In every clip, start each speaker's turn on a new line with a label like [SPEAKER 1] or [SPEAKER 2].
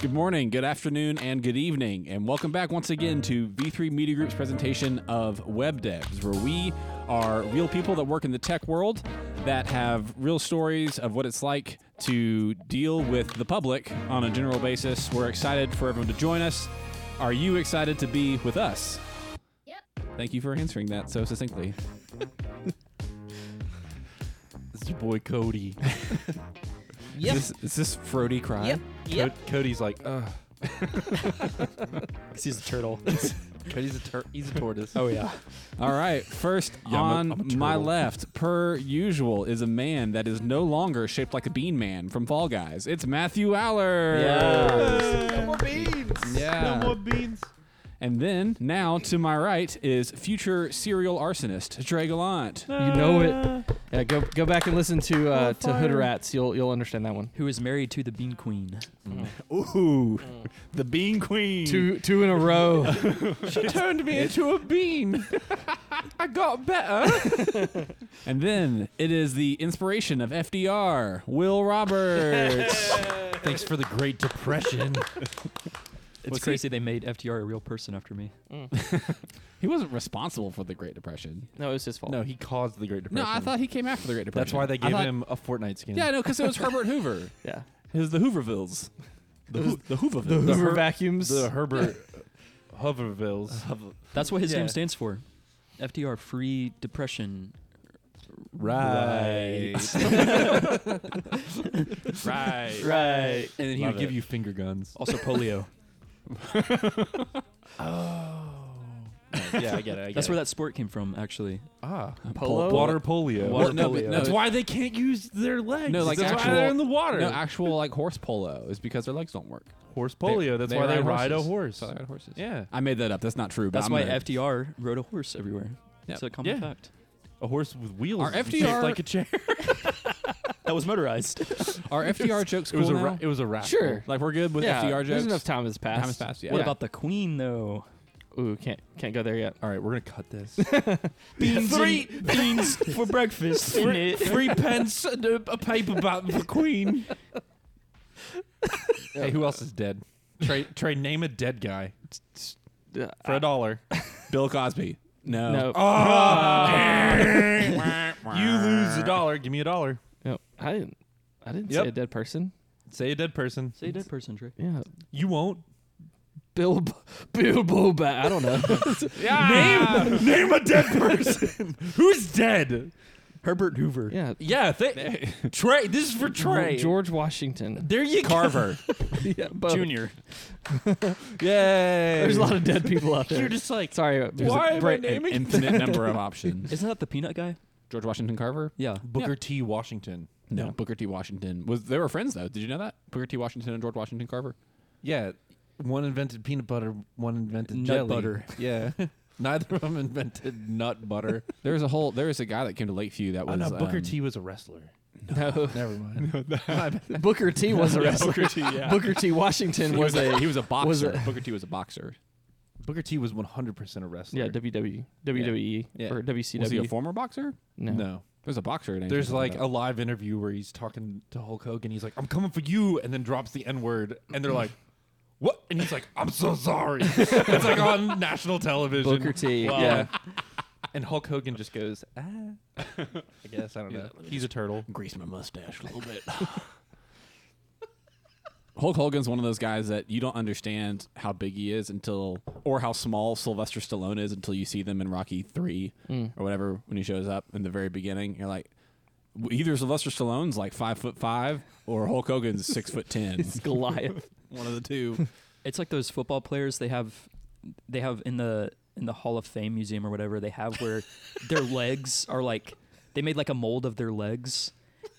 [SPEAKER 1] Good morning, good afternoon, and good evening, and welcome back once again to V3 Media Group's presentation of Web Devs, where we are real people that work in the tech world that have real stories of what it's like to deal with the public on a general basis. We're excited for everyone to join us. Are you excited to be with us?
[SPEAKER 2] Yep.
[SPEAKER 1] Thank you for answering that so succinctly.
[SPEAKER 3] It's your boy Cody.
[SPEAKER 4] Yep.
[SPEAKER 1] Is this, is this Frody cry?
[SPEAKER 4] Yep. Yep.
[SPEAKER 3] Co- Cody's like, ugh.
[SPEAKER 4] he's a turtle.
[SPEAKER 3] Cody's a tur- he's a tortoise.
[SPEAKER 4] oh yeah.
[SPEAKER 1] All right. First
[SPEAKER 3] Yeah,
[SPEAKER 1] on
[SPEAKER 3] I'm a- I'm a
[SPEAKER 1] my
[SPEAKER 3] turtle.
[SPEAKER 1] left, per usual, is a man that is no longer shaped like a bean man from Fall Guys. It's Matthew Aller.
[SPEAKER 4] No more beans.
[SPEAKER 1] Yeah.
[SPEAKER 3] beans.
[SPEAKER 1] And then now to my right is future serial arsonist Dre Gallant.
[SPEAKER 5] You know it. Yeah, go go back and listen to uh, to Hood Rats. You'll you'll understand that one.
[SPEAKER 6] who is married to the Bean Queen.
[SPEAKER 1] Ooh, the bean queen.
[SPEAKER 5] Two two in a row.
[SPEAKER 1] turned me into a bean. I got better. and then it is the inspiration of FDR, Will Roberts.
[SPEAKER 4] Thanks for the Great Depression.
[SPEAKER 6] It's crazy they made FDR a real person after me.
[SPEAKER 1] He wasn't responsible for the Great Depression.
[SPEAKER 5] No, it was his fault.
[SPEAKER 3] No, he caused the Great
[SPEAKER 1] No,
[SPEAKER 3] Depression.
[SPEAKER 1] I thought he came after the Great Depression.
[SPEAKER 3] That's why they
[SPEAKER 1] I
[SPEAKER 3] gave
[SPEAKER 1] thought-
[SPEAKER 3] him a Fortnite skin.
[SPEAKER 1] Yeah, no, because it was Herbert Hoover.
[SPEAKER 5] Yeah.
[SPEAKER 1] It was the Hoovervilles. The, Hoo- the Hoovervilles.
[SPEAKER 5] The Hoover
[SPEAKER 3] Her-
[SPEAKER 5] vacuums.
[SPEAKER 3] The Herbert Hovervilles.
[SPEAKER 6] That's what his
[SPEAKER 3] Yeah.
[SPEAKER 6] name stands for. FDR, Free Depression.
[SPEAKER 1] Right. right.
[SPEAKER 5] right.
[SPEAKER 3] And then he
[SPEAKER 1] Love
[SPEAKER 3] would give
[SPEAKER 1] it.
[SPEAKER 3] you finger guns.
[SPEAKER 6] Also polio.
[SPEAKER 3] Oh. yeah, I get it. I get
[SPEAKER 6] That's where that sport came from, actually.
[SPEAKER 3] Ah,
[SPEAKER 5] Polo.
[SPEAKER 3] water polio.
[SPEAKER 1] Water No, but- polio. no,
[SPEAKER 3] That's
[SPEAKER 1] but-
[SPEAKER 3] why they can't use their legs.
[SPEAKER 1] No, like
[SPEAKER 3] That's
[SPEAKER 1] actual-
[SPEAKER 3] why they're in the water.
[SPEAKER 1] No, actual like horse polo is because their legs don't work.
[SPEAKER 3] horse polio. that's
[SPEAKER 1] they
[SPEAKER 3] why they
[SPEAKER 1] ride
[SPEAKER 3] ride a
[SPEAKER 1] horses.
[SPEAKER 3] horse.
[SPEAKER 1] So they ride horses.
[SPEAKER 3] Yeah,
[SPEAKER 1] I made that up. That's not true. But
[SPEAKER 6] That's
[SPEAKER 1] I'm
[SPEAKER 6] why
[SPEAKER 1] gonna-
[SPEAKER 6] FDR rode a horse everywhere.
[SPEAKER 1] Yeah.
[SPEAKER 6] It's a common
[SPEAKER 3] Yeah.
[SPEAKER 6] fact.
[SPEAKER 3] a horse with wheels.
[SPEAKER 1] Our
[SPEAKER 3] shaped
[SPEAKER 1] FDR
[SPEAKER 3] like a chair.
[SPEAKER 6] That was motorized.
[SPEAKER 1] Are FDR jokes
[SPEAKER 3] it
[SPEAKER 1] cool
[SPEAKER 3] was a
[SPEAKER 1] now?
[SPEAKER 3] ra- it was a raffle.
[SPEAKER 5] Sure.
[SPEAKER 1] like we're good with
[SPEAKER 5] yeah.
[SPEAKER 1] FDR jokes.
[SPEAKER 5] There's enough time has passed.
[SPEAKER 1] Time has passed. Yeah.
[SPEAKER 6] What about the Queen, though?
[SPEAKER 5] Ooh, can't can't go there yet.
[SPEAKER 3] All right, we're gonna cut this.
[SPEAKER 6] Beans
[SPEAKER 3] Three
[SPEAKER 6] beans for breakfast.
[SPEAKER 3] three, three pence and uh, a, a paperback for Queen. hey, who else is dead? Trey, Trey, name a dead guy
[SPEAKER 5] Uh,
[SPEAKER 3] for a dollar.
[SPEAKER 1] Bill Cosby? No.
[SPEAKER 5] no.
[SPEAKER 3] Oh. Ah! you lose a dollar. Give me a dollar.
[SPEAKER 5] no. I didn't. I didn't
[SPEAKER 3] Yep.
[SPEAKER 5] say a dead person.
[SPEAKER 3] Say a dead person.
[SPEAKER 6] Say dead person, Dre.
[SPEAKER 5] Yeah.
[SPEAKER 3] You won't.
[SPEAKER 5] Bill Bill Bobat. I don't know.
[SPEAKER 3] Name name a dead person. Who's dead? Herbert Hoover.
[SPEAKER 5] yeah.
[SPEAKER 3] Yeah, they, Trey. This is for Trey.
[SPEAKER 5] George Washington.
[SPEAKER 3] There you
[SPEAKER 1] Carver.
[SPEAKER 5] yeah, both.
[SPEAKER 6] Junior.
[SPEAKER 3] go. Yay.
[SPEAKER 5] There's a lot of dead people out there.
[SPEAKER 3] You're just like
[SPEAKER 5] Sorry. uh, there's a-
[SPEAKER 3] Why am I
[SPEAKER 5] Brit-
[SPEAKER 1] An
[SPEAKER 3] naming
[SPEAKER 1] infinite number of options.
[SPEAKER 6] Isn't that the peanut guy?
[SPEAKER 1] George Washington Carver?
[SPEAKER 6] Yeah.
[SPEAKER 3] Booker T. Washington.
[SPEAKER 1] No,
[SPEAKER 5] No.
[SPEAKER 1] Booker T. Washington was they were friends though. Did you know that Booker T. Washington and George Washington Carver?
[SPEAKER 3] Yeah, one invented peanut butter, one invented
[SPEAKER 6] Nut
[SPEAKER 3] jelly.
[SPEAKER 6] butter.
[SPEAKER 3] Yeah, neither of them invented nut butter.
[SPEAKER 1] There is a whole there is a guy that came to Lakeview that
[SPEAKER 3] Oh
[SPEAKER 1] was
[SPEAKER 3] no, Booker
[SPEAKER 1] um,
[SPEAKER 3] T was a wrestler.
[SPEAKER 5] No.
[SPEAKER 3] Never mind.
[SPEAKER 5] Booker T was a wrestler.
[SPEAKER 1] Booker T. Yeah,
[SPEAKER 5] Booker T. Washington
[SPEAKER 1] he was
[SPEAKER 5] was a
[SPEAKER 1] he was a boxer.
[SPEAKER 5] was a-
[SPEAKER 1] Booker T. was a boxer.
[SPEAKER 3] Booker T was 100 percent a wrestler.
[SPEAKER 5] yeah WWE WWE
[SPEAKER 3] Yeah.
[SPEAKER 5] or WCW.
[SPEAKER 1] Was he a former boxer?
[SPEAKER 5] no.
[SPEAKER 3] no.
[SPEAKER 1] There's a boxer. named
[SPEAKER 3] There's
[SPEAKER 1] something
[SPEAKER 3] like a
[SPEAKER 1] that.
[SPEAKER 3] live interview where he's talking to Hulk Hogan. He's like, "I'm coming for you," and then drops the N word, and they're like, "What?" And he's like, "I'm so sorry." it's like on national television.
[SPEAKER 5] Booker T.
[SPEAKER 3] Wow.
[SPEAKER 5] Yeah.
[SPEAKER 3] And Hulk Hogan just goes, "Ah." I guess I don't know. He's a turtle.
[SPEAKER 1] grease my mustache a little bit. Hulk Hogan's one of those guys that you don't understand how big he is until, or how small Sylvester Stallone is until you see them in Rocky Three or whatever when he shows up in the very beginning. You're like, w- either Sylvester Stallone's like five foot five or Hulk Hogan's six foot ten.
[SPEAKER 5] It's Goliath.
[SPEAKER 1] one of the two.
[SPEAKER 6] It's like those football players they have they have in the in the Hall of Fame museum or whatever they have where their legs are like they made like a mold of their legs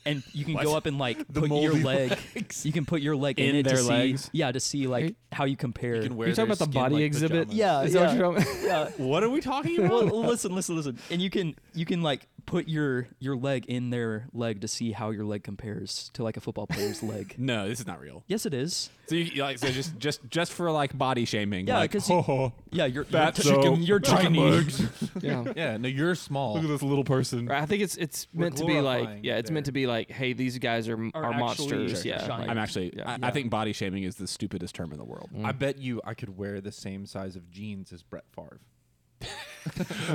[SPEAKER 6] and you can go up and like
[SPEAKER 3] The
[SPEAKER 6] put your
[SPEAKER 3] moldy
[SPEAKER 6] leg. You can put your leg in,
[SPEAKER 1] In
[SPEAKER 6] it
[SPEAKER 1] their
[SPEAKER 6] to
[SPEAKER 1] legs?
[SPEAKER 6] see. Yeah, to see like how you compare.
[SPEAKER 5] you talking about the body exhibit?
[SPEAKER 6] yeah,
[SPEAKER 5] Is
[SPEAKER 6] yeah,
[SPEAKER 5] that what you're talking
[SPEAKER 6] yeah.
[SPEAKER 1] What are we talking
[SPEAKER 6] Well,
[SPEAKER 1] about?
[SPEAKER 6] well, listen, listen, listen. And you can you can like put your your leg in their leg to see how your leg compares to like a football player's leg.
[SPEAKER 1] no, this is not real.
[SPEAKER 6] Yes, it is.
[SPEAKER 1] So, you, you like, so just just just for like body shaming.
[SPEAKER 6] Yeah,
[SPEAKER 1] like, oh,
[SPEAKER 6] 'cause
[SPEAKER 1] "Ho,
[SPEAKER 6] you-
[SPEAKER 1] ho."
[SPEAKER 6] Yeah, you're
[SPEAKER 1] That's
[SPEAKER 6] you're,
[SPEAKER 1] so-
[SPEAKER 6] you're
[SPEAKER 1] Chicken
[SPEAKER 3] Chicken
[SPEAKER 1] legs.
[SPEAKER 3] legs.
[SPEAKER 5] Yeah.
[SPEAKER 3] yeah, no, you're small.
[SPEAKER 1] look at this little person.
[SPEAKER 5] Right, I think it's it's
[SPEAKER 3] We're
[SPEAKER 5] meant to be like
[SPEAKER 3] glorifying
[SPEAKER 5] yeah, it's meant
[SPEAKER 3] their-
[SPEAKER 5] to be like hey, these guys are m-
[SPEAKER 6] Are
[SPEAKER 5] are,
[SPEAKER 6] actually
[SPEAKER 5] monsters.
[SPEAKER 6] giants.
[SPEAKER 5] Yeah, like-
[SPEAKER 1] I'm actually.
[SPEAKER 5] Yeah.
[SPEAKER 1] I, I think body shaming is the stupidest term in the world.
[SPEAKER 3] I
[SPEAKER 5] Mm.
[SPEAKER 3] bet you I could wear the same size of jeans as Brett Favre.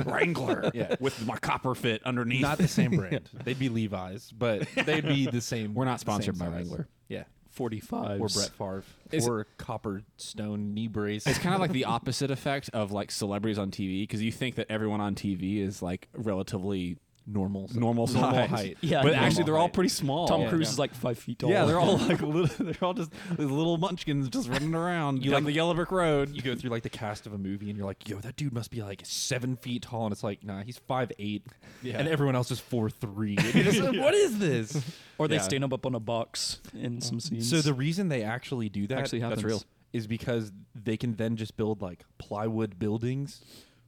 [SPEAKER 1] Wrangler.
[SPEAKER 3] Yeah.
[SPEAKER 1] With my copper fit underneath.
[SPEAKER 3] Not the same brand. They'd be Levi's, but they'd be the same.
[SPEAKER 1] We're
[SPEAKER 3] the
[SPEAKER 1] not
[SPEAKER 3] same
[SPEAKER 1] sponsored by
[SPEAKER 3] size.
[SPEAKER 1] Wrangler.
[SPEAKER 3] Yeah,
[SPEAKER 6] forty five.
[SPEAKER 3] or Brett Favre,
[SPEAKER 1] Is-
[SPEAKER 3] or copper stone knee brace.
[SPEAKER 1] it's kind of like the opposite effect of like celebrities on TV because you think that everyone on TV is like relatively
[SPEAKER 3] normal, size.
[SPEAKER 1] normal size.
[SPEAKER 3] height.
[SPEAKER 6] Yeah,
[SPEAKER 1] but
[SPEAKER 6] normal
[SPEAKER 1] actually they're all
[SPEAKER 3] height.
[SPEAKER 1] pretty small.
[SPEAKER 6] Tom
[SPEAKER 1] Oh, yeah.
[SPEAKER 6] Cruise is like five feet tall.
[SPEAKER 1] Yeah, they're all like little. They're all just these little munchkins just running around you down
[SPEAKER 3] like-
[SPEAKER 1] the yellow brick road.
[SPEAKER 3] You go through like the cast of a movie, and you're like, "Yo, that dude must be like seven feet tall," and it's like, "Nah, he's five eight,
[SPEAKER 1] Yeah.
[SPEAKER 3] and everyone else is four three. And you're just like, What is this?
[SPEAKER 6] or they
[SPEAKER 1] yeah. Oh.
[SPEAKER 6] stand up on a box in some scenes.
[SPEAKER 3] So the reason they actually do that
[SPEAKER 6] Actually happens. real.
[SPEAKER 3] is because they can then just build like plywood buildings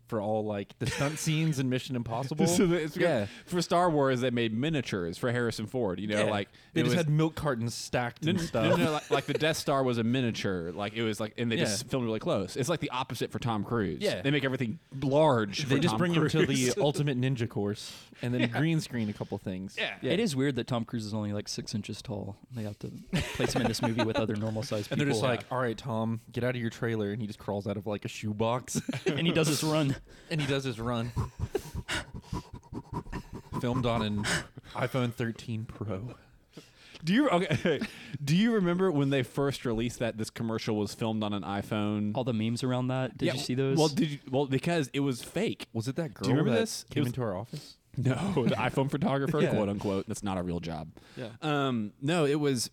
[SPEAKER 3] for all like the stunt scenes in Mission Impossible.
[SPEAKER 1] So that- it's
[SPEAKER 3] yeah.
[SPEAKER 1] because- For Star Wars, they made miniatures for Harrison Ford. You know,
[SPEAKER 3] Yeah.
[SPEAKER 1] like
[SPEAKER 3] they
[SPEAKER 1] it
[SPEAKER 3] just
[SPEAKER 1] was-
[SPEAKER 3] had milk cartons stacked
[SPEAKER 1] No,
[SPEAKER 3] and
[SPEAKER 1] no,
[SPEAKER 3] stuff.
[SPEAKER 1] no, no, like, like the Death Star was a miniature. Like it was like, and they just
[SPEAKER 3] Yeah.
[SPEAKER 1] filmed really close. It's like the opposite for Tom Cruise.
[SPEAKER 3] Yeah.
[SPEAKER 1] they make everything large.
[SPEAKER 3] They
[SPEAKER 1] for
[SPEAKER 3] just
[SPEAKER 1] Tom
[SPEAKER 3] bring
[SPEAKER 1] Cruise.
[SPEAKER 3] him to the ultimate ninja course and then green screen a couple things.
[SPEAKER 1] Yeah.
[SPEAKER 6] It is weird that Tom Cruise is only like six inches tall. They have to place him in this movie with other normal sized
[SPEAKER 3] And
[SPEAKER 6] people.
[SPEAKER 3] they're just like, all right, Tom, get out of your trailer. And he just crawls out of like a shoebox
[SPEAKER 6] and he does this run.
[SPEAKER 3] and he does his run. Filmed on an iPhone 13 Pro.
[SPEAKER 1] Do you okay? Do you remember when they first released that this commercial was filmed on an iPhone?
[SPEAKER 6] All the memes around that. Did
[SPEAKER 1] Yeah,
[SPEAKER 6] you see those?
[SPEAKER 1] Well, did you, well because it was fake.
[SPEAKER 3] Was it that girl
[SPEAKER 1] Do you remember
[SPEAKER 3] that
[SPEAKER 1] this? It
[SPEAKER 3] came
[SPEAKER 1] was-
[SPEAKER 3] into our office?
[SPEAKER 1] No, the iPhone photographer,
[SPEAKER 3] Yeah.
[SPEAKER 1] quote unquote. That's not a real job.
[SPEAKER 5] Yeah.
[SPEAKER 1] Um, no, it was,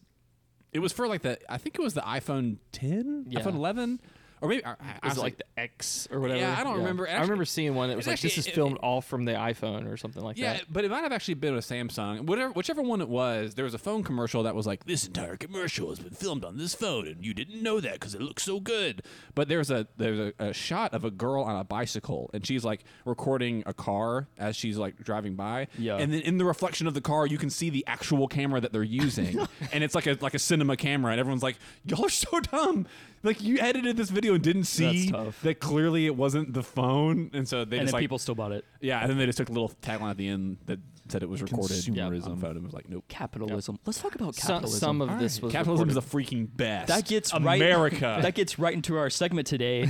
[SPEAKER 1] it was for like the. I think it was the iPhone 10,
[SPEAKER 5] Yeah.
[SPEAKER 1] iPhone 11, or maybe I, I,
[SPEAKER 5] Is it
[SPEAKER 1] honestly-
[SPEAKER 5] like the X or whatever?
[SPEAKER 1] Yeah, I don't remember.
[SPEAKER 5] I
[SPEAKER 1] Actually-
[SPEAKER 5] remember seeing one that was
[SPEAKER 1] it's
[SPEAKER 5] like
[SPEAKER 1] actually-
[SPEAKER 5] this is
[SPEAKER 1] it-
[SPEAKER 5] filmed all from the iPhone or something like
[SPEAKER 1] yeah,
[SPEAKER 5] that.
[SPEAKER 1] but it might have actually been a Samsung. Whatever, whichever one it was, there was a phone commercial that was like, "This entire commercial has been filmed on this phone, and you didn't know that because it looks so good." But there's a there's a, a shot of a girl on a bicycle, and she's like recording a car as she's like driving by.
[SPEAKER 6] Yeah.
[SPEAKER 1] And then in the reflection of the car, you can see the actual camera that they're using, and it's like a like a cinema camera, and everyone's like, "Y'all are so dumb! Like you edited this video and didn't see
[SPEAKER 6] tough.
[SPEAKER 1] that clearly it wasn't the phone." And so they
[SPEAKER 6] and
[SPEAKER 1] just
[SPEAKER 6] then
[SPEAKER 1] like
[SPEAKER 6] people still bought it.
[SPEAKER 1] yeah, and then they just took a little tagline at the end that said it was recorded
[SPEAKER 3] Consumerism.
[SPEAKER 1] on phone. It was like, nope.
[SPEAKER 6] Capitalism. Let's talk about
[SPEAKER 5] Some,
[SPEAKER 6] capitalism.
[SPEAKER 5] some of this was
[SPEAKER 1] Capitalism
[SPEAKER 5] recorded.
[SPEAKER 1] is the freaking best.
[SPEAKER 6] that gets right
[SPEAKER 1] America.
[SPEAKER 6] That gets right into our segment today.